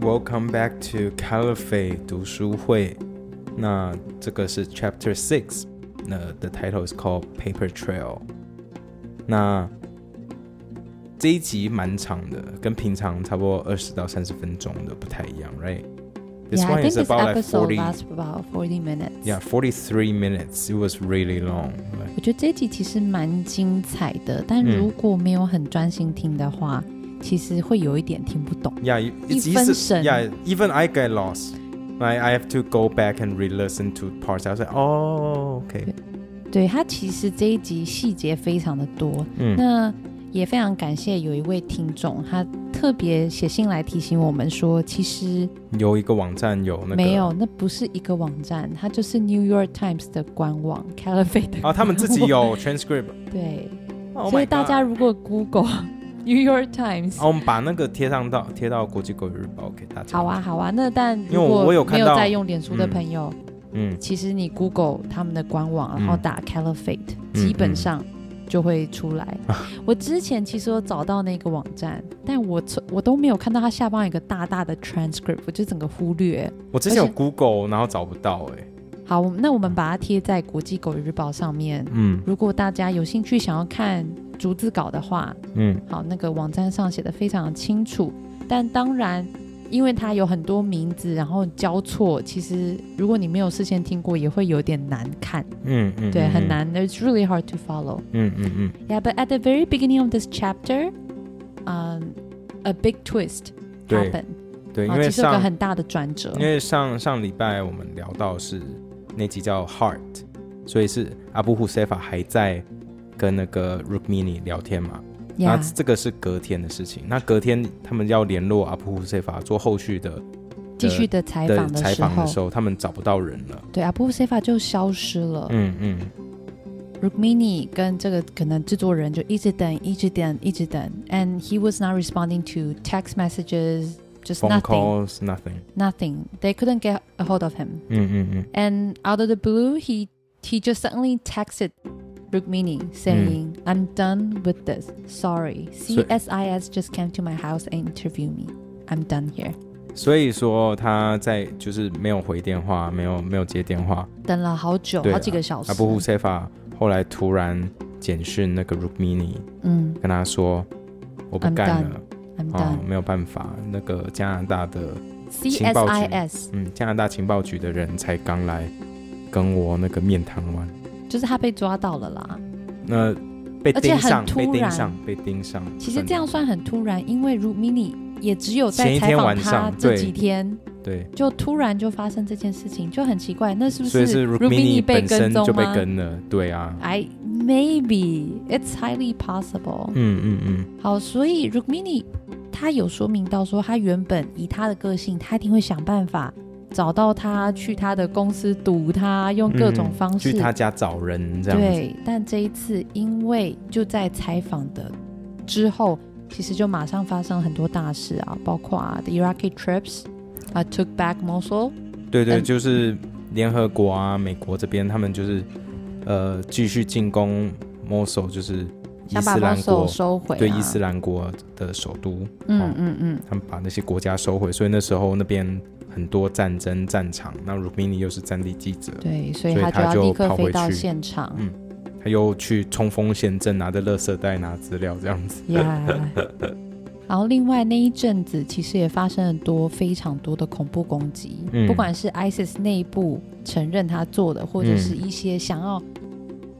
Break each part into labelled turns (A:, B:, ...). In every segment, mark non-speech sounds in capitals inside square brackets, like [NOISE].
A: Welcome back to Caliphate 读书会。那这个是 Chapter Six，那 the title is called Paper Trail。那这一集蛮长的，跟平常差不多二十到三十分钟的不太一样，right? This
B: yeah, I
A: one
B: think
A: is
B: this
A: about like
B: episode
A: forty,
B: lasts about forty minutes.
A: yeah, forty-three minutes. It was really long. like-
B: 我觉得这一集其实蛮精彩的，但
A: 嗯
B: 如果没有很专心听的话，其实会有一点听不懂。
A: Yeah, you- it's easy.
B: 一分神。
A: Yeah, even I get lost. Like I have to go back and re-listen to parts. I was like, oh, okay.
B: 对，它其实这一集细节非常的多，
A: 嗯
B: 那也非常感谢有一位听众，他特别写信来提醒我们说，其实
A: 有一个网站有那个
B: 没有，那不是一个网站，它就是 New York Times 的官网 Caliphate 的
A: 啊，他们自己
B: 官网 [LAUGHS]
A: 有 transcript，
B: 对
A: Oh
B: 所以
A: my
B: 大家
A: God
B: 如果 Google New York Times
A: 啊，我们把那个贴上到贴到国际狗日报给大家。
B: 好啊，，好啊。那但
A: 因为
B: 如
A: 我
B: 果
A: 我有看
B: 没有
A: 到
B: 在用脸书的
A: 嗯
B: 朋友，
A: 嗯，
B: 其实你 Google 他们的官网，
A: 嗯
B: 然后打 Caliphate，、
A: 嗯啊
B: 基本上就会出来。我之前其实有找到那个网站，但我从我都没有看到它下方有一个大大的 transcript，我就整个忽略。
A: 我之前有
B: 而且
A: Google，然后找不到哎、
B: 好，我们那我们把它贴在国际狗日报上面。
A: 嗯
B: 如果大家有兴趣想要看逐字稿的话，
A: 嗯
B: 好，那个网站上写的非常清楚，但当然，因为它有很多名字，然后交错，其实如果你没有事先听过，也会有点难看，
A: 嗯嗯，
B: 对，
A: 嗯
B: 很。难，it's really hard to follow.
A: 嗯嗯嗯
B: Yeah, but at the very beginning of this chapter, um, a big twist
A: 对
B: happened.
A: 嗯，对，因
B: 啊，
A: 为
B: 其实有个
A: 上
B: 很大的转折
A: 因。为上上礼拜我们聊到是那集叫 Heart，所以是阿布胡塞法还在跟那个 Rukmini 聊天嘛，那
B: Yeah,
A: 这个是隔天的事情。那隔天他们要联络阿布胡塞法做后续的
B: 继续的采
A: 的
B: 访
A: 采
B: 时
A: 访的
B: 候，
A: 时候，他们找不到人了。
B: 对，阿布塞法就消失了。
A: 嗯嗯
B: Rukmini 跟这个可能制作人就一直等，一直等，一直等，and he was not responding to text messages, just
A: ，phone
B: nothing,
A: calls nothing。
B: nothing. They couldn't get a hold of him,
A: 嗯嗯嗯
B: and out of the blue, he he just suddenly texted Rukmini saying,
A: Hmm.
B: "I'm done with this. Sorry,
A: 所以-
B: CSIS just came to my house and interviewed me. I'm done here."
A: 所以说他在就是没有回电话，没有没有接电话。
B: 等了好久，
A: 对啊
B: 好几个小时
A: 阿。布胡塞法后来突然简讯那个 Rukmini，
B: 嗯
A: 跟他说我不干了
B: ，I'm
A: 啊、
B: done.
A: 没有办法，那个加拿大的
B: CSIS
A: 嗯加拿大情报局的人才刚来跟我那个面谈完，
B: 就是他被抓到了啦。
A: 那被
B: 而且
A: 盯
B: 很
A: 上，
B: 突
A: 被盯
B: 然
A: 上，被盯上。
B: 其实
A: 真的
B: 这样算很突然，因为 Rumini 也只有
A: 前一
B: 在
A: 天
B: 采访
A: 晚
B: 他
A: 上
B: 这
A: 对
B: 几天，
A: 对，
B: 就突然就发生这件事情，就很奇怪。那是不
A: 所以是
B: Rumini 被
A: 本
B: 跟
A: 身就
B: 踪
A: 被
B: 吗
A: 跟了，对啊，
B: ？I maybe it's highly possible、
A: 嗯嗯嗯，
B: 好，所以 Rukmini 他有说明到说，他原本以他的个性，他一定会想办法找到他，去他的公司堵他，用各种
A: 嗯
B: 方式。
A: 去他家找人这样子，
B: 对，但这一次因为就在采访的之后，其实就马上发生很多大事啊，包括啊 the Iraqi troops 啊、took back Mosul，
A: 对对，
B: 嗯
A: 就是联合国啊，美国这边他们就是呃继续进攻 Mosul，就是伊
B: 想把
A: 斯兰
B: Mosul
A: 国
B: 收回、啊，
A: 对伊斯兰国的首都，
B: 嗯
A: 哦
B: 嗯嗯，
A: 他们把那些国家收回，所以那时候那边很多战争战场，那 Rukmini 又是战地记者，
B: 对，所以
A: 所以
B: 他
A: 他
B: 要
A: 就
B: 立刻
A: 跑回
B: 飞到
A: 去
B: 现场 [LAUGHS]
A: 嗯他又去冲锋陷阵，拿着垃圾袋拿资料这样子，
B: 呀。然后另外那一阵子，其实也发生了多非常多的恐怖攻击，
A: 嗯
B: 不管是 ISIS 内部承认他做的，或者
A: 嗯
B: 是一些想要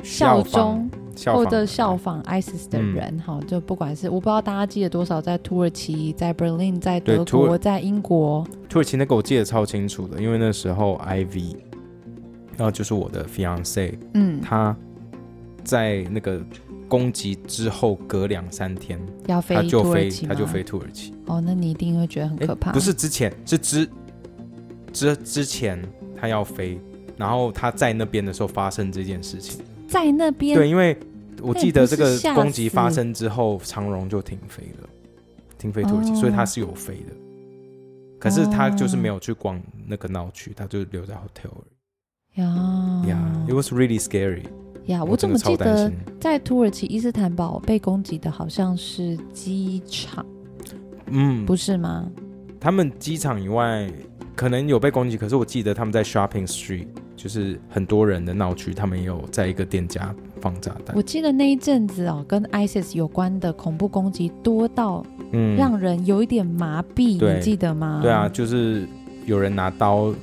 A: 效
B: 效
A: 仿
B: 忠。
A: 效
B: 或
A: 仿嗯
B: 者哦效仿 ISIS 的人，哈、就不管是我不知道大家记得多少，在土耳其、在 Berlin、在
A: 对
B: 德
A: 土耳
B: 国、在英国，
A: 土耳其那个我记得超清楚的，因为那时候 IV，然后就是我的 fiance，
B: 嗯，
A: 他在那个攻击之后隔两三天，
B: 要
A: 他
B: 飞
A: 就
B: 土
A: 飞
B: 耳其
A: 他
B: 吗
A: 就飞土耳其，
B: 哦，那你一定会觉得很
A: 诶
B: 可怕。
A: 不是之前是之之之前他要飞，然后他在那边的时候发生这件事情。
B: 在那边，
A: 对，因为我
B: 那
A: 记
B: 也
A: 得
B: 不
A: 这
B: 是
A: 个
B: 吓
A: 攻击
B: 死
A: 发生之后，长荣就停飞了，停飞土耳其，所以他
B: 哦
A: 是有飞的。可是他就是
B: 哦
A: 没有去逛那个闹区，他就留在 hotel 而
B: 呀
A: 已。Yeah, it was really scary.
B: 呀，
A: 我
B: 哦啊我
A: 真
B: 怎么
A: 的
B: 记
A: 超担
B: 得
A: 心。
B: 在土耳其伊斯坦堡被攻击的好像是机场，
A: 嗯，
B: 不是吗？
A: 他们机场以外可能有被攻击，可是我记得他们在 Shopping Street，就是很多人的闹区，他们也有在一个店家放炸弹
B: 我。记得那一阵子哦，跟 ISIS 有关的恐怖攻击多到
A: 嗯，
B: 让人有一点麻痹，
A: 对
B: 你记得吗？
A: 对啊，，就是有人拿刀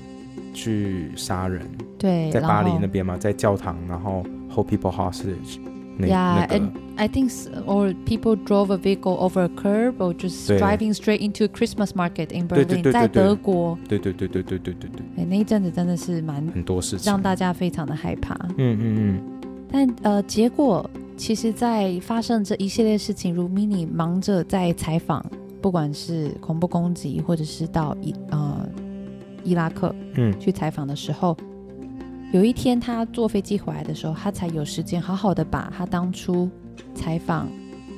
A: 去杀人，
B: 对，
A: 在巴黎
B: 然后
A: 那边嘛，在教堂，然后 hold people hostage 那
B: Yeah,
A: 那个
B: and I think s- or people drove a vehicle over a curb or just
A: 对
B: driving straight into a Christmas market in
A: 对对
B: Berlin，
A: 对对
B: 在
A: 对
B: 德国，
A: 对对对对对对对对，
B: 哎，那一阵子真的是蛮
A: 很多事情
B: 让大家非常的害怕。
A: 嗯嗯
B: 但呃，结果其实，在发生这一系列事情，如 mini 忙着在采访，不管是恐怖攻击，或者是到伊呃伊拉克
A: 嗯嗯
B: 去采访的时候，有一天他坐飞机回来的时候，他才有时间好好的把他当初采访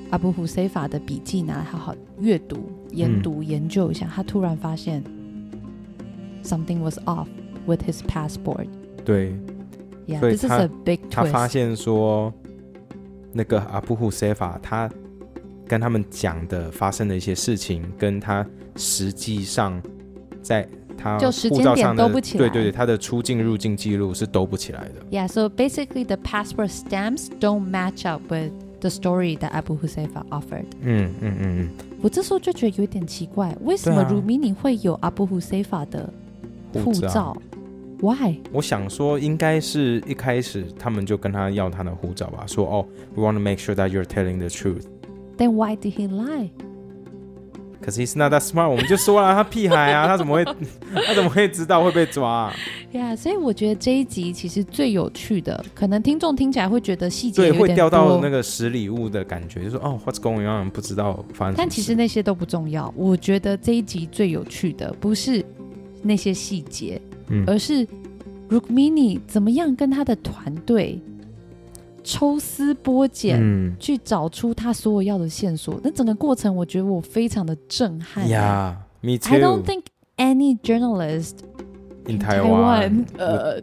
B: 阿布胡塞法的笔记拿来好好阅读、
A: 嗯
B: 研读、研究一下。他突然发现 something was off with his passport.
A: 对，
B: Yeah,
A: 所以
B: this is
A: 他
B: a big
A: 他发
B: twist.
A: 现说，那个阿布胡塞法他跟他们讲的发生的一些事情，跟他实际上在他
B: 就时间
A: 护照上的
B: 点都不起来
A: 对对对，他的出境入境记录是兜不起来的。
B: Yeah, so basically the passport stamps don't match up with the story that Abu Huzaifa offered.
A: 嗯嗯嗯嗯，
B: 我这时候就觉得有点奇怪，为什么
A: 对啊
B: Rumini 会有 Abu Huzaifa 的护
A: 嗯照。
B: 照？Why？
A: 我想说，应该是一开始他们就跟他要他的护照吧，说哦，we want to make sure that you're telling the truth。
B: Then why did he lie？
A: 可是 he's not that smart，我们就说了，他屁孩啊，他怎么会， [LAUGHS] 他怎么会知道会被抓、啊？
B: Yeah，所以我觉得这一集其实最有趣的，可能听众听起来会觉得细节
A: 对，
B: 有
A: 会
B: 点
A: 掉到
B: 多，
A: 那个拾礼物的感觉，就说哦，what's going on？不知道发生什么事。
B: 但其实那些都不重要。我觉得这一集最有趣的不是那些细节，
A: 嗯
B: 而是 Rukmini 怎么样跟他的团队抽丝剥茧。
A: 嗯
B: 去找出他所有要的线索，那整个过程我觉得我非常的震撼。
A: ，Yeah，me
B: I don't
A: too。
B: think any journalist
A: In Taiwan，
B: Taiwan, uh,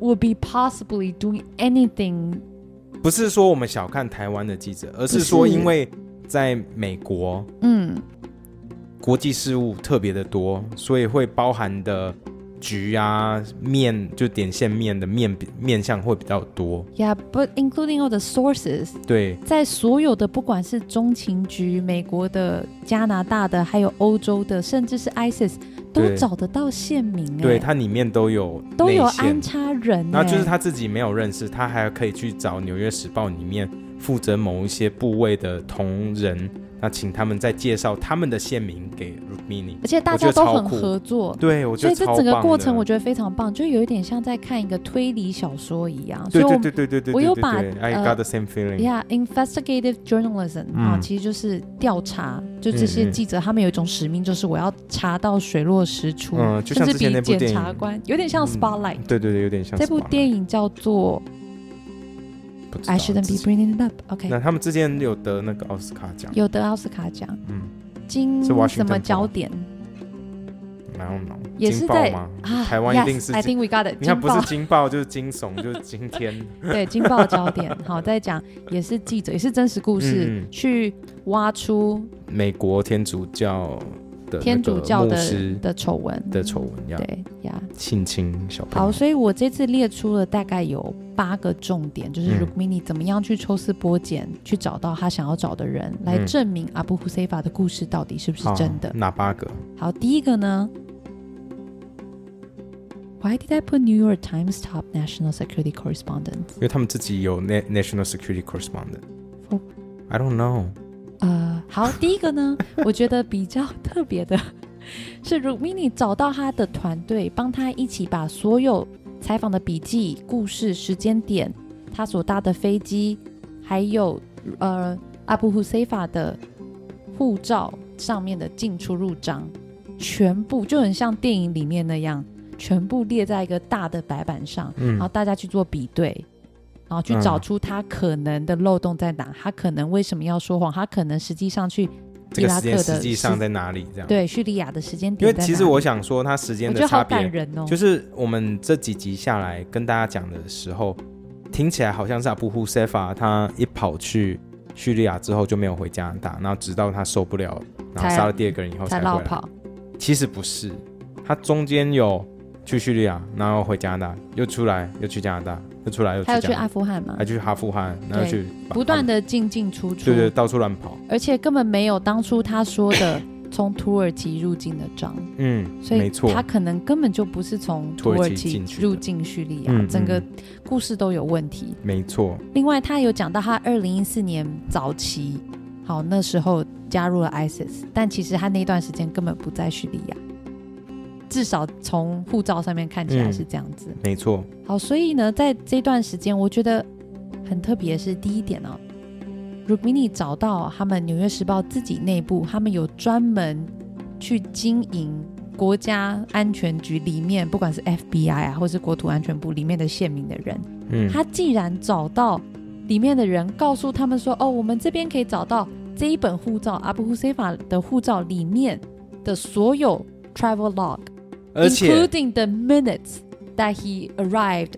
B: would be possibly doing anything.
A: 不是说我们小看台湾的记者，而
B: 不
A: 是
B: 是
A: 说因为在美国
B: 嗯，
A: 国际事务特别的多，所以会包含的局啊面就点线面的面面向会比较多。
B: Yeah, but including all the sources，
A: 对，
B: 在所有的不管是中情局、美国的、加拿大的，还有欧洲的，甚至是 ISIS，都
A: 对
B: 找得到县民、欸，
A: 对，它里面都有
B: 都有
A: 内线
B: 安插人、欸，
A: 然后就是他自己没有认识，他还可以去找《纽约时报》里面负责某一些部位的同仁，那请他们再介绍他们的县名给 Rukmini。
B: 而且大
A: 我
B: 家
A: 觉得
B: 都
A: 超
B: 很
A: 酷
B: 合作。
A: 对，我觉
B: 所
A: 得
B: 以这
A: 超棒的。
B: 整个过程我觉得非常棒，就有一点像在看一个推理小说一样。
A: 对
B: 所以我
A: 对
B: 们
A: 对对对对，
B: 我有
A: 对
B: 把
A: 对对 I
B: 呃
A: got the same feeling。
B: Yeah, investigative journalism、
A: 嗯
B: 啊，其实就是调查，就这些
A: 嗯嗯
B: 记者他们有一种使命，就是我要查到水落石出，
A: 嗯就像
B: 甚至
A: 之前
B: 比
A: 那部
B: 检
A: 电
B: 察
A: 影
B: 官有点像
A: 嗯
B: Spotlight、
A: 对对对，有点像
B: 这部
A: Spotlight，
B: 电影叫做
A: 不知道
B: I Shouldn't Be Bringing It Up，OK，、
A: 那他们之前有得那个奥斯卡奖，
B: 哎有得奥斯卡奖
A: 嗯，
B: 金
A: 是 Washington
B: 什么焦点，
A: 然后呢，
B: 也
A: 金
B: 是
A: 爆
B: 在
A: 吗？
B: 啊，
A: 台湾一定
B: yes,
A: 是
B: I
A: 金，
B: think we got it，
A: 你看
B: 金
A: 不是
B: 爆
A: 金爆就是惊悚，就是今天。
B: [LAUGHS] 对，惊爆焦点。好，再讲也是记者，也是真实故事，
A: 嗯嗯嗯
B: 去挖出
A: 美国天主教的那
B: 天主
A: 个
B: 教
A: 牧
B: 的
A: 师
B: 的丑闻。
A: 的丑闻呀，
B: 对呀，
A: 性侵小朋
B: 好，
A: 友。
B: 所以我这次列出了大概有八个重点，就是
A: 嗯
B: Rukmini 怎么样去抽丝剥茧，去找到他想要找的人，来
A: 嗯
B: 证明阿布胡塞法的故事到底是不是
A: 好啊
B: 真的。
A: 哪八个？
B: 好，第一个呢，Why did I put New York Times top national security correspondent？
A: 因为他们自己有 na- national security correspondent。
B: 哦
A: I don't know。
B: 呃，好，第一个呢， [LAUGHS] 我觉得比较特别的 [LAUGHS] 是 Rumini 找到他的团队，帮他一起把所有采访的笔记、故事、时间点、他所搭的飞机，还有呃阿布胡塞法的护照上面的进出入章，全部就很像电影里面那样，全部列在一个大的白板上。
A: 嗯
B: 然后，大家去做比对，然后去找出他可能的漏洞在哪，他可能为什么要说谎，他可能实际上去
A: 这个时
B: 伊
A: 间
B: 拉克的
A: 实际上在哪里？这样。。
B: 对叙利亚的时间
A: 因
B: 点
A: 为
B: 在哪里。
A: 其实我想说，它时间
B: 我觉
A: 的
B: 得好
A: 差
B: 感
A: 别，
B: 人哦，
A: 就是我们这几集下来跟大家讲的时候，听起来好像是阿布胡塞法他一跑去叙利亚之后就没有回加拿大，然后直到他受不了，然后
B: 才
A: 杀了第二个人以后
B: 才
A: 回
B: 落
A: 来。
B: 跑。
A: 其实不是，他中间有去叙利亚，然后回加拿大，又出来，又去加拿大，又出来，又去
B: 还有
A: 加
B: 去
A: 拿
B: 阿
A: 大，
B: 富汗嘛
A: 还，去哈富汗，然后
B: 对
A: 去
B: 不断的进进出出，
A: 对对，到处乱跑。
B: 而且根本没有当初他说的从土耳其入境的
A: [COUGHS]
B: 章，
A: 嗯，
B: 所以
A: 没错，
B: 他可能根本就不是从
A: 土
B: 土
A: 耳
B: 耳
A: 其
B: 其
A: 进去的
B: 入境叙利亚，
A: 嗯嗯
B: 整个
A: 嗯
B: 故事都有问题。
A: 没错，
B: 另外，他有讲到他二零一四年早期，好那时候加入了 ISIS，但其实他那段时间根本不在叙利亚，至少从护照上面看起来
A: 嗯
B: 是这样子。
A: 没错，
B: 好，所以呢，在这段时间，我觉得很特别是第一点呢、Rukmini 找到他们《纽约时报》自己内部，他们有专门去经营国家安全局里面，不管是 FBI 啊，或是国土安全部里面的县民的人，
A: 嗯，
B: 他既然找到里面的人，告诉他们说：“哦，我们这边可以找到这一本护照阿布胡塞法的护照里面的所有 travel log，
A: 而且
B: including the minutes that he arrived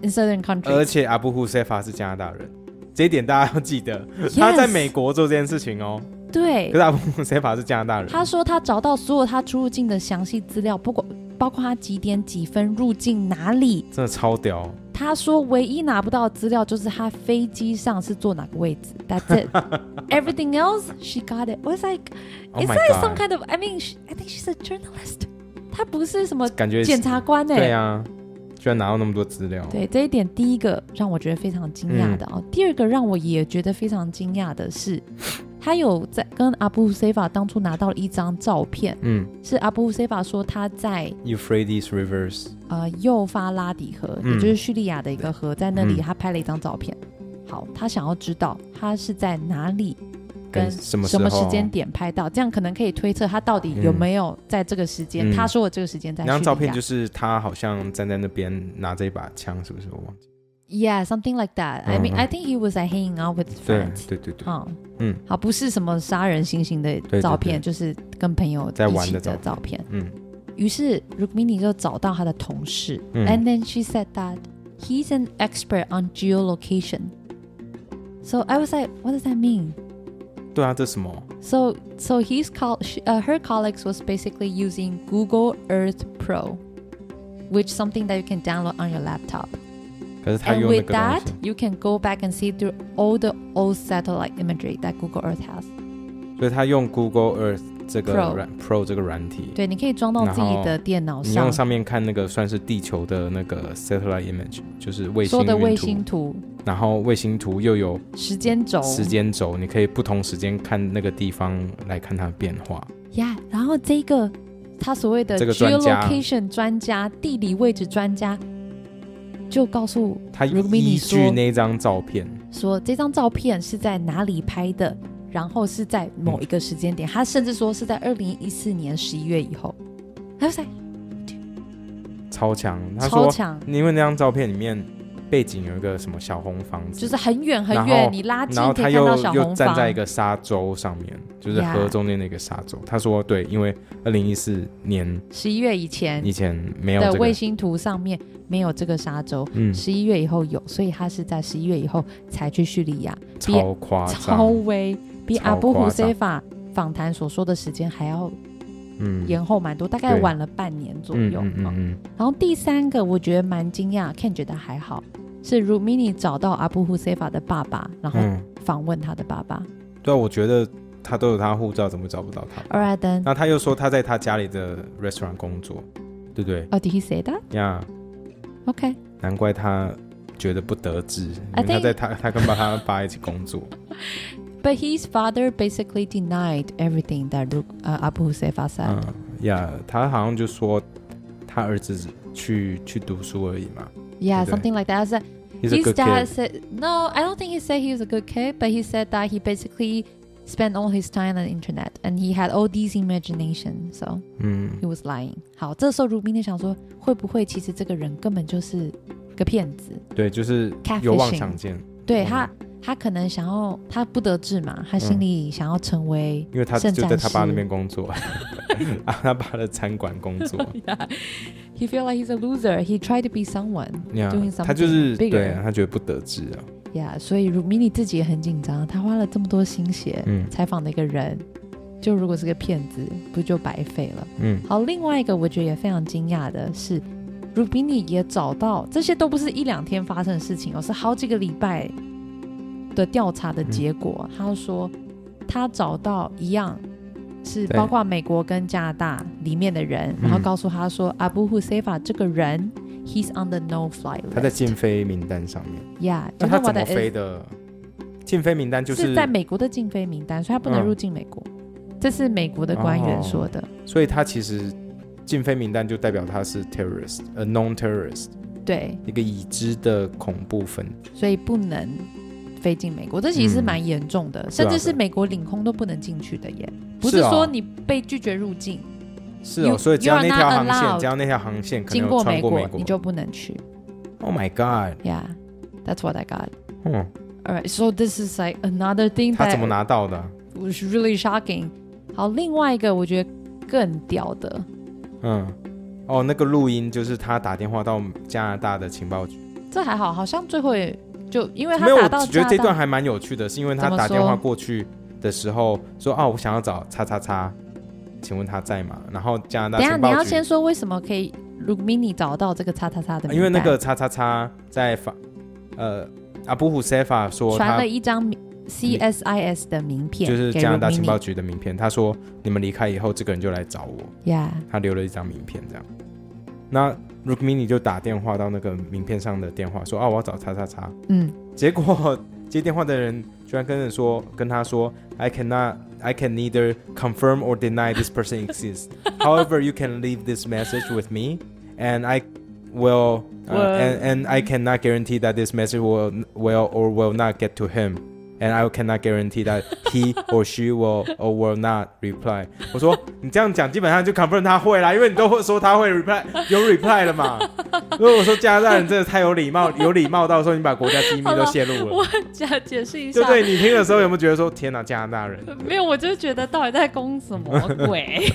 B: in certain
A: 而
B: countries。
A: 且阿布胡塞法是加拿大人，这一点大家要记得，他在美国做这件事情哦。
B: 对
A: 可是，阿布胡塞法是加拿大人，
B: 他说他找到所有他出入境的详细资料，不管包括他几点几分入境哪里。
A: 真的超屌，
B: 他说唯一拿不到的资料就是他飞机上是坐哪个位置。That's
A: [LAUGHS]
B: it. Everything else she got it. I was like
A: Oh
B: It's
A: my
B: like some
A: God
B: kind of I mean she, I think she's a journalist. 她不是什么
A: 感觉
B: 检察官哎、
A: 对啊，居然拿到那么多资料，
B: 对这一点，第一个让我觉得非常惊讶
A: 嗯
B: 的哦。第二个让我也觉得非常惊讶的是，他有在跟阿布塞法当初拿到了一张照片，
A: 嗯
B: 是阿布塞法说他在
A: ，Euphrates Rivers，
B: 呃幼发拉底河，
A: 嗯
B: 也就是叙利亚的一个河，在那里
A: 嗯
B: 他拍了一张照片。好，他想要知道他是在哪里。
A: 跟
B: 跟
A: 什么
B: 什么
A: 时候
B: 时间点拍到，这样可能可以推测他到底有没有在这个时间。
A: 嗯
B: 他说我这个时间在
A: 那
B: 叙利亚。
A: 张照片就是他好像站在那边拿着一把枪，是不是？我忘记。
B: Yeah, something like that. I mean,
A: 嗯嗯
B: I think he was like, hanging out with
A: Uh-huh. 对
B: friends.
A: 对对对，
B: 嗯
A: 嗯
B: 好，不是什么杀人星星的
A: 对
B: 照片，就是跟朋友
A: 在玩
B: 一起
A: 的
B: 的
A: 照
B: 照
A: 片
B: 片。
A: 嗯
B: 于是 Rukmini 就找到他的同事、
A: 嗯
B: a n d then she said that he's an expert on geolocation. So I was like, what does that mean?
A: 对啊，这什么？
B: So, so his col- sh- uh, her colleagues was basically using Google Earth Pro, which something that you can download on your laptop.
A: 可是他
B: And
A: 用那
B: with
A: 个东
B: that,
A: 西，
B: you can go back and see through all the old satellite imagery that Google Earth has.
A: 所以他用 Google Earth 这个
B: Pro
A: 软 Pro 这个软体，
B: 对，你可以装到自己的电脑
A: 你
B: 上
A: 用，上面看那个算是地球的那个 satellite image，就是卫
B: 所
A: 星
B: 有的卫
A: 云
B: 星
A: 图，
B: 图、
A: 然后卫星图又有
B: 时间轴。
A: 时间轴，你可以不同时间看那个地方来看它的变化。
B: 呀然后这个他所谓的
A: 这个专家
B: geolocation 专家、地理位置专家，就告诉
A: 他
B: 如果你
A: 依据
B: 说
A: 那张照片，
B: 说这张照片是在哪里拍的，然后是在某一个时间点，他甚至说是在二零一四年十一月以后。还有谁？
A: 超强，他
B: 超
A: 说
B: 强，
A: 因为那张照片里面背景有一个什么小红房子，
B: 就是很远很
A: 然后
B: 远，你拉近
A: 然后
B: 可
A: 他
B: 以看
A: 又
B: 到小
A: 又
B: 红
A: 站
B: 房。
A: 在一个沙洲上面，就是河
B: Yeah
A: 中间的一个沙洲。他说对，因为二零一四年
B: 十一月以前
A: 以前没有
B: 的
A: 这
B: 卫
A: 个，
B: 星图上面没有这个沙洲，
A: 嗯，
B: 十一月以后有，所以他是在十一月以后才去叙利亚，
A: 超夸
B: 超
A: 张，
B: 微，比
A: 超
B: 阿布
A: 夸
B: 胡
A: 张
B: 塞法访谈所说的时间还要
A: 嗯，
B: 延后蛮多，大概
A: 对
B: 晚了半年左
A: 嗯
B: 右。
A: 嗯嗯
B: 啊
A: 嗯，
B: 然后第三个我觉得蛮惊讶，Ken 觉得还好，是 Rumini 找到阿布胡塞法的爸爸，然后
A: 嗯，
B: 访问他的爸爸。
A: 对啊，我觉得他都有他护照，怎么找不到他？
B: Alright then,
A: 那他又说他在他家里的 restaurant 工作，对不对
B: oh, did he say that?
A: 呀
B: OK，
A: 难怪他觉得不得志，因为
B: I
A: 他
B: think-
A: 在他他跟爸他爸一起工
B: [LAUGHS]
A: 作。
B: but his father basically denied everything that Ru- 呃 Abu Husefa said.
A: 嗯呀他好像就说他儿子去去读书而已嘛。
B: Yeah,
A: Okay.
B: something like that. I said,
A: He's a
B: his
A: good
B: dad
A: kid.
B: said, no, I don't think he said he was a good kid, but he said that he basically spent all his time on the internet and he had all these imagination, so
A: 嗯
B: he was lying. 好，这时候如冰就想说，会不会其实这个人根本就是个骗子？
A: 对，就是有妄想症，
B: 对
A: 嗯
B: 他，他可能想要，他不得志嘛，他心里想要成为。 [LAUGHS]
A: 因为他
B: 圣
A: 就在
B: 战
A: 他爸
B: 士
A: 那边工
B: [LAUGHS]
A: 作， [LAUGHS] 啊，他爸的餐馆工作。
B: yeah, he feel like he's a loser. He tried to be someone.
A: 呀
B: Doing
A: 他就是
B: something bigger
A: 对啊，他觉得不得志啊。
B: Yeah，所以 Rumini 自己也很紧张，他花了这么多心血
A: 嗯
B: 采访的一个人，就如果是个骗子，不就白费了？
A: 嗯
B: 好，另外一个我觉得也非常惊讶的是，Rubini 也找到，这些都不是一两天发生的事情哦，是好几个礼拜的调查
A: 嗯
B: 的结果。他说他找到一样是
A: 对
B: 包括美国跟加拿大里面的人，然后
A: 嗯
B: 告诉他说、阿布 Abu Huseifa 这个人，he's on the no fly list。
A: 他在禁飞名单上面。
B: Yeah，
A: 那
B: you know
A: 他怎
B: what
A: 么
B: that is？
A: 飞的？禁飞名单就是
B: 在美国的禁飞名单，所以他不能
A: 嗯
B: 入境美国。这是美国的官员
A: 哦
B: 说的。
A: 所以他其实禁飞名单就代表他是 terrorist，a known terrorist，
B: 对，
A: 一个已知的恐怖分子。
B: 所以不能飞进美国，这其实是
A: 嗯
B: 蛮严重的，
A: 是啊
B: 甚至
A: 是
B: 是
A: 啊
B: 美国领空都不能进去的耶。不
A: 是
B: 是
A: 啊
B: 说你被拒绝入境，
A: 是
B: You-
A: 哦，所以只要
B: you
A: 那
B: are
A: 条
B: not
A: 航
B: allowed
A: 线，只要那条航线可
B: 经
A: 能有穿
B: 美
A: 过美
B: 你就不能去。
A: Oh my God！
B: Yeah，that's what I got.
A: 嗯，
B: Alright, so this is like another thing
A: 他
B: that
A: 怎么拿到的啊？
B: was really shocking. 好，另外一个我觉得更屌的，
A: 嗯，哦，那个录音就是他打电话到加拿大的情报局。
B: 这还好，好像最后也就因为
A: 没
B: 他
A: 有，
B: 打
A: 我
B: 到
A: 觉
B: 加
A: 得
B: 拿
A: 这
B: 大
A: 段还蛮有趣的，是因为他
B: 怎么
A: 打电话
B: 说
A: 过去的时候说啊，我想要找叉叉叉，请问他在吗？然后加拿大
B: 等一下
A: 情
B: 你
A: 报
B: 要
A: 局
B: 先，说为什么可以 l u m i n i 找到这个叉叉叉的名单，
A: 啊因为那个叉叉叉在法呃阿布胡塞法说
B: 传
A: 他
B: 了一张名 CSIS 的名片，
A: 就是
B: 给
A: 加拿大
B: Rukmini
A: 情报局的名片，他说你们离开以后，这个人就来找我，
B: Yeah，
A: 他留了一张名片这样。那 Rukmini 就打电话到那个名片上的电话说啊，我要找叉叉叉。
B: 嗯，
A: [LAUGHS] 结果接电话的人居然跟人说，跟他说，I cannot, I can neither confirm or deny this person exists. However, you can leave this message with me, and I will, uh,
B: Well-
A: and and I cannot guarantee that this message will will or will not get to him. And I cannot guarantee that he or she will or will not reply。我说你这样讲，基本上就 confirm 他会啦，因为你都会说他会 reply，有 reply 了
B: [LAUGHS]
A: 嘛。如果说加拿大人真的太有礼貌，有礼貌到说你把国家机密都泄露了，
B: 我解解释一下
A: 对，对，你听的时候有没有觉得说天哪，加拿大人？
B: 没有，我就觉得到底在攻什么
A: [LAUGHS]
B: 鬼？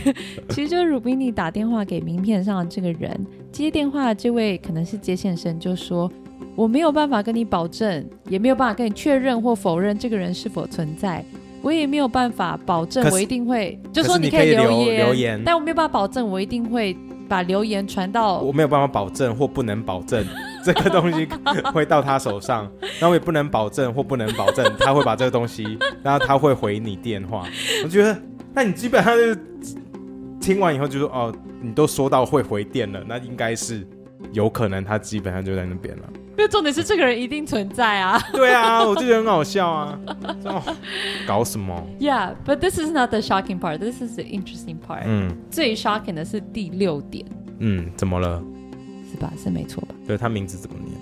B: 其实就是鲁宾尼打电话给名片上的这个人，接电话的这位可能是接线生，就说我没有办法跟你保证，也没有办法跟你确认或否认这个人是否存在。我也没有办法保证
A: 可，是
B: 我一定会就
A: 可
B: 说
A: 是你
B: 可
A: 可
B: 以
A: 以留
B: 言，
A: 留言
B: 但我没有办法保证，我一定会把留言传到
A: 我没有办法保证或不能保
B: [LAUGHS]
A: 证这个东西会到他手上，那我也不能保证或不能保证他会把这个东西，
B: [LAUGHS]
A: 然后他会回你电话。我觉得，那你基本上就是听完以后就说哦，你都说到会回电了，那应该是有可能他基本上就在那边了。
B: 因为重点是这个人一定存在啊。 [LAUGHS]
A: 对啊，我就觉得很好笑啊，哦、搞什么？
B: Yeah, but this is not the shocking part. This is the interesting part.
A: 嗯
B: 最 shocking 的是第六点，
A: 嗯，怎么了？
B: 是吧？是没错吧？
A: 对他名字怎么念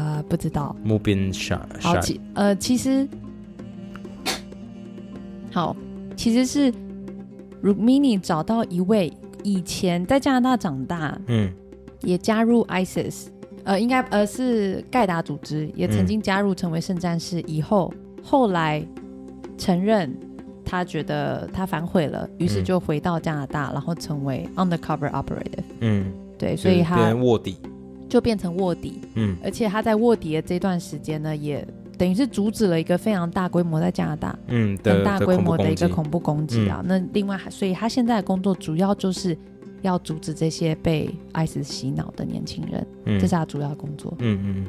B: 啊、不知道。
A: ？Mubin Shah
B: 好，其呃，其实好，其实是 Rukmini 找到一位以前在加拿大长大，
A: 嗯
B: 也加入 ISIS，呃，应该呃是盖达组织，也曾经加入成为圣战士，以后、后来承认他觉得他反悔了，于是
A: 嗯
B: 就回到加拿大，然后成为 undercover operative，
A: 嗯，
B: 对，所
A: 就是变
B: 以他
A: 成卧底。
B: 就变成卧底，
A: 嗯
B: 而且他在卧底的这段时间呢，也等于是阻止了一个非常大规模在加拿大
A: 嗯的
B: 很大规模的一个
A: 恐怖攻击
B: 恐怖攻击啊。那另外还，所以他现在的工作主要就是要阻止这些被 ISIS 洗脑的年轻人，
A: 嗯
B: 这是他主要的工作。
A: 嗯嗯嗯，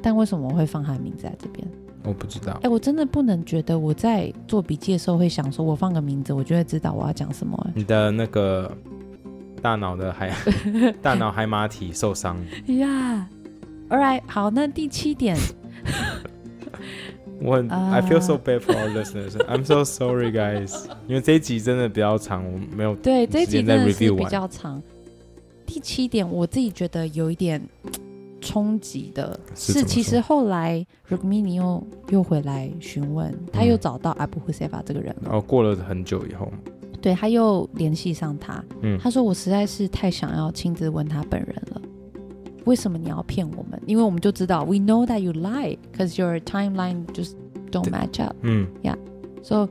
B: 但为什么我会放他的名字在这边？
A: 我不知道
B: 哎，。我真的不能觉得我在做笔记的时候会想说，我放个名字，我就会知道我要讲什么、
A: 你的那个大脑的
B: [LAUGHS]
A: 海大脑海马体受伤，
B: 哎呀、a l right，好，那第
A: [LAUGHS]
B: 七点，
A: 我很、
B: 啊
A: I feel so bad for our listeners. I'm so sorry, guys. 因为这一集真的比较长，我没有
B: 对，这一
A: 时
B: 集
A: 间再
B: 真的
A: review
B: 是比
A: 完
B: 较长。第七点，我自己觉得有一点嘖冲击的
A: 是
B: 是，
A: 怎么
B: 其
A: 说
B: 实后来 Rukmini 又又回来询问，他
A: 嗯
B: 又找到阿布胡塞法这个人了，
A: 哦，过了很久以后，
B: 对，他又联系上他，
A: 嗯
B: 他说我实在是太想要亲自问他本人了。为什么你要骗我们？因为我们就知道，we know that you lie because your timeline just don't
A: 对
B: match up。
A: 嗯
B: so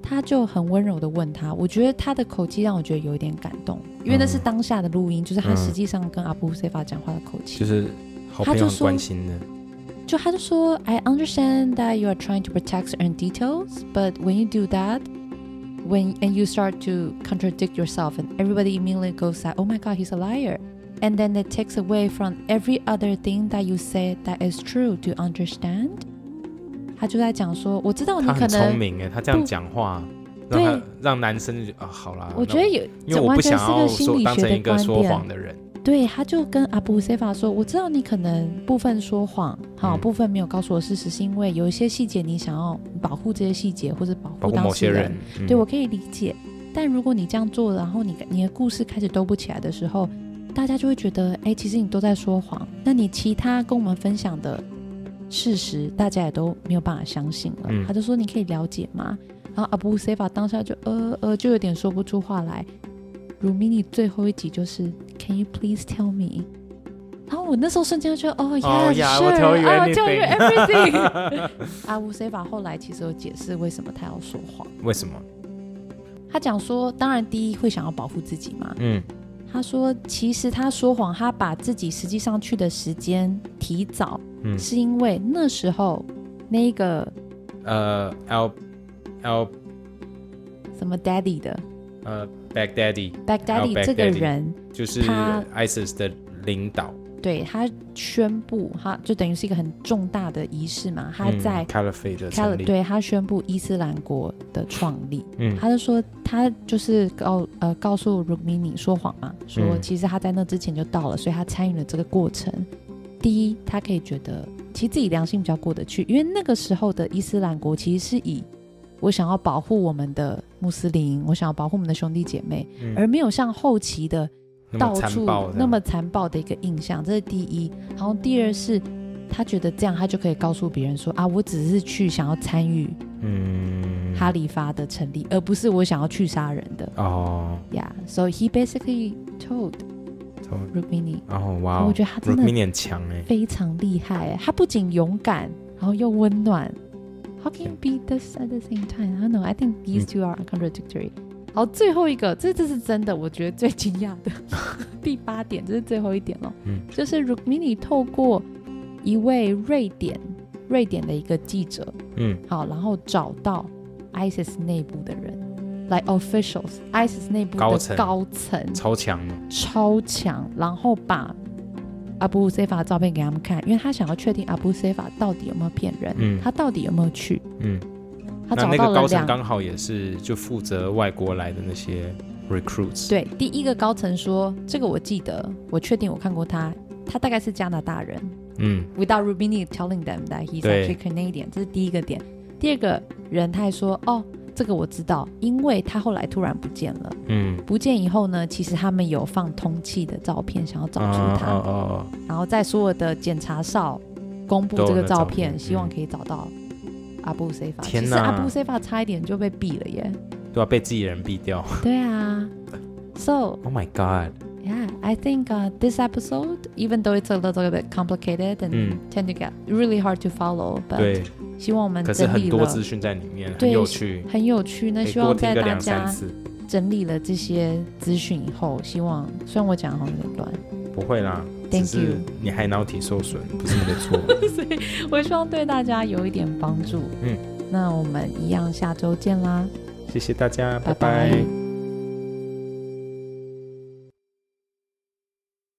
B: 他就很温柔的问他，我觉得他的口气让我觉得有一点感动，因为那是当下的录音，就是他
A: 嗯
B: 实际上跟阿布塞法讲话的口气。
A: 就是好朋
B: 他
A: 友
B: 就
A: 很
B: 说
A: 关心的，
B: 就他就说，I understand that you are trying to protect certain details, but when you do that, when and you start to contradict yourself and everybody immediately goes like oh my god he's a liar and then it takes away from every other thing that you say that is true do you understand 他就在讲说我知道你
A: 他
B: 可
A: 很聪
B: 能
A: 明哎，他这样
B: 不
A: 讲话，让
B: 对
A: 他让男生就觉得啊好啦，
B: 我
A: 那
B: 觉得有
A: 因为我
B: 完
A: 不
B: 全
A: 想
B: 是
A: 要
B: 个心
A: 说
B: 理
A: 当
B: 学
A: 成
B: 的
A: 一个
B: 观
A: 说
B: 点
A: 谎的人，
B: 对，他就跟阿布塞法说：“我知道你可能部分说谎，好、
A: 嗯
B: 部分没有告诉我事实，是因为有一些细节你想要保护这些细节，或者保
A: 包
B: 护
A: 括
B: 当
A: 某
B: 事
A: 些人。嗯
B: 对我可以理解，但如果你这样做，然后你你的故事开始兜不起来的时候，大家就会觉得，哎，其实你都在说谎。那你其他跟我们分享的事实，大家也都没有办法相信了。
A: 嗯
B: 他就说：“你可以了解吗？”然后阿布塞法当下就呃呃，就有点说不出话来。鲁米尼最后一集就是，Can you please tell me？然后我那时候瞬间就觉得，哦、y
A: Oh,
B: e s
A: yeah, I
B: sure，
A: will tell you
B: I will tell you
A: anything.
B: everything。阿 [LAUGHS] 布塞法后来其实有解释为什么他要说谎。
A: 为什么？
B: 他讲说，当然第一会想要保护自己嘛。
A: 嗯，
B: 他说，其实他说谎，他把自己实际上去的时间提早，
A: 嗯
B: 是因为那时候那个
A: 呃，Al Al
B: 什么 daddy 的
A: 呃 Back Daddy
B: back
A: Al
B: daddy
A: Baghdadi
B: 这个人，
A: 就是
B: 他
A: ISIS 的领导，
B: 对他宣布，他就等于是一个很重大的仪式嘛。他
A: 嗯
B: 在
A: Caliphate 的
B: 开了，
A: 成立，
B: 对他宣布伊斯兰国的创立。
A: 嗯
B: 他就说他就是告呃告诉 Rukmini 说谎嘛，说
A: 嗯
B: 其实他在那之前就到了，所以他参与了这个过程。第一，他可以觉得其实自己良心比较过得去，因为那个时候的伊斯兰国其实是以我想要保护我们的穆斯林，我想要保护我们的兄弟姐妹，
A: 嗯
B: 而没有像后期的
A: 那
B: 到
A: 么
B: 处
A: 残暴的，
B: 那么残暴的一个印象，这是第一。然后第二是，他觉得这样他就可以告诉别人说啊，我只是去想要参与
A: 嗯
B: 哈里发的成立，而不是我想要去杀人的。
A: 哦，
B: Yeah, so he basically told
A: 从
B: Rukmini，、
A: 哦哇
B: 我
A: 哦
B: 觉得他真的
A: ，Rukmini 很强哎，
B: 非常厉害，他不仅勇敢，然后又温暖。How can you be this at the same time? I don't know. I think these two are contradictory. 好，最后一个，这这是真的，我觉得最惊讶的 [LAUGHS] 第八点，这是最后一点咯。
A: 嗯
B: 就是 Rukmini 透过一位瑞典瑞典的一个记者，
A: 嗯
B: 好，然后找到 ISIS 内部的人，like officials ISIS 内部
A: 高
B: 的高
A: 层
B: 层，
A: 超强的，
B: 超强，然后把阿布塞法的照片给他们看，因为他想要确定阿布塞法到底有没有骗人，
A: 嗯
B: 他到底有没有去，
A: 嗯，
B: 他
A: 那
B: 找
A: 那
B: 到
A: 个
B: 了
A: 高层
B: 两
A: 刚好也是就负责外国来的那些 recruits，
B: 对，第一个高层说这个我记得，我确定我看过他，他大概是加拿大人
A: 嗯
B: ，without Rubini telling them that he's
A: 对
B: actually Canadian，这是第一个点。第二个人他还说哦，这个我知道，因为他后来突然不见了。
A: 嗯，
B: 不见以后呢，其实他们有放通气的照片，想要找出
A: 哦
B: 他，
A: 哦哦哦，
B: 然后在所有的检查哨公布这个
A: 都有那照
B: 照
A: 片
B: 片，
A: 嗯
B: 希望可以找到阿布塞法。
A: 天
B: 其
A: 哪
B: 实阿布塞法差一点就被毙了
A: [LAUGHS]
B: 耶。
A: 对啊，被自己人毙掉
B: 对啊，So
A: ，Oh my God，
B: yeah, I think uh, this episode, even though it's a little bit complicated and
A: 嗯
B: tend to get really hard to follow, but
A: 对，
B: 希望我们
A: 可是
B: 整
A: 很
B: 理
A: 多
B: 了
A: 资讯在里面，很
B: 对
A: 有趣，
B: 很有趣。那
A: 可以
B: 希
A: 多
B: 望
A: 听
B: 在
A: 个
B: 大
A: 两三
B: 家
A: 次，
B: 整理了这些资讯以后，希望虽然我讲好像有点乱。
A: 不会啦，只
B: Thank
A: 是
B: you
A: 你海脑体受损，不是你的错。
B: 我希望对大家有一点帮助。
A: 嗯，
B: 那我们一样下周见啦，
A: 谢谢大家，拜拜
B: 拜拜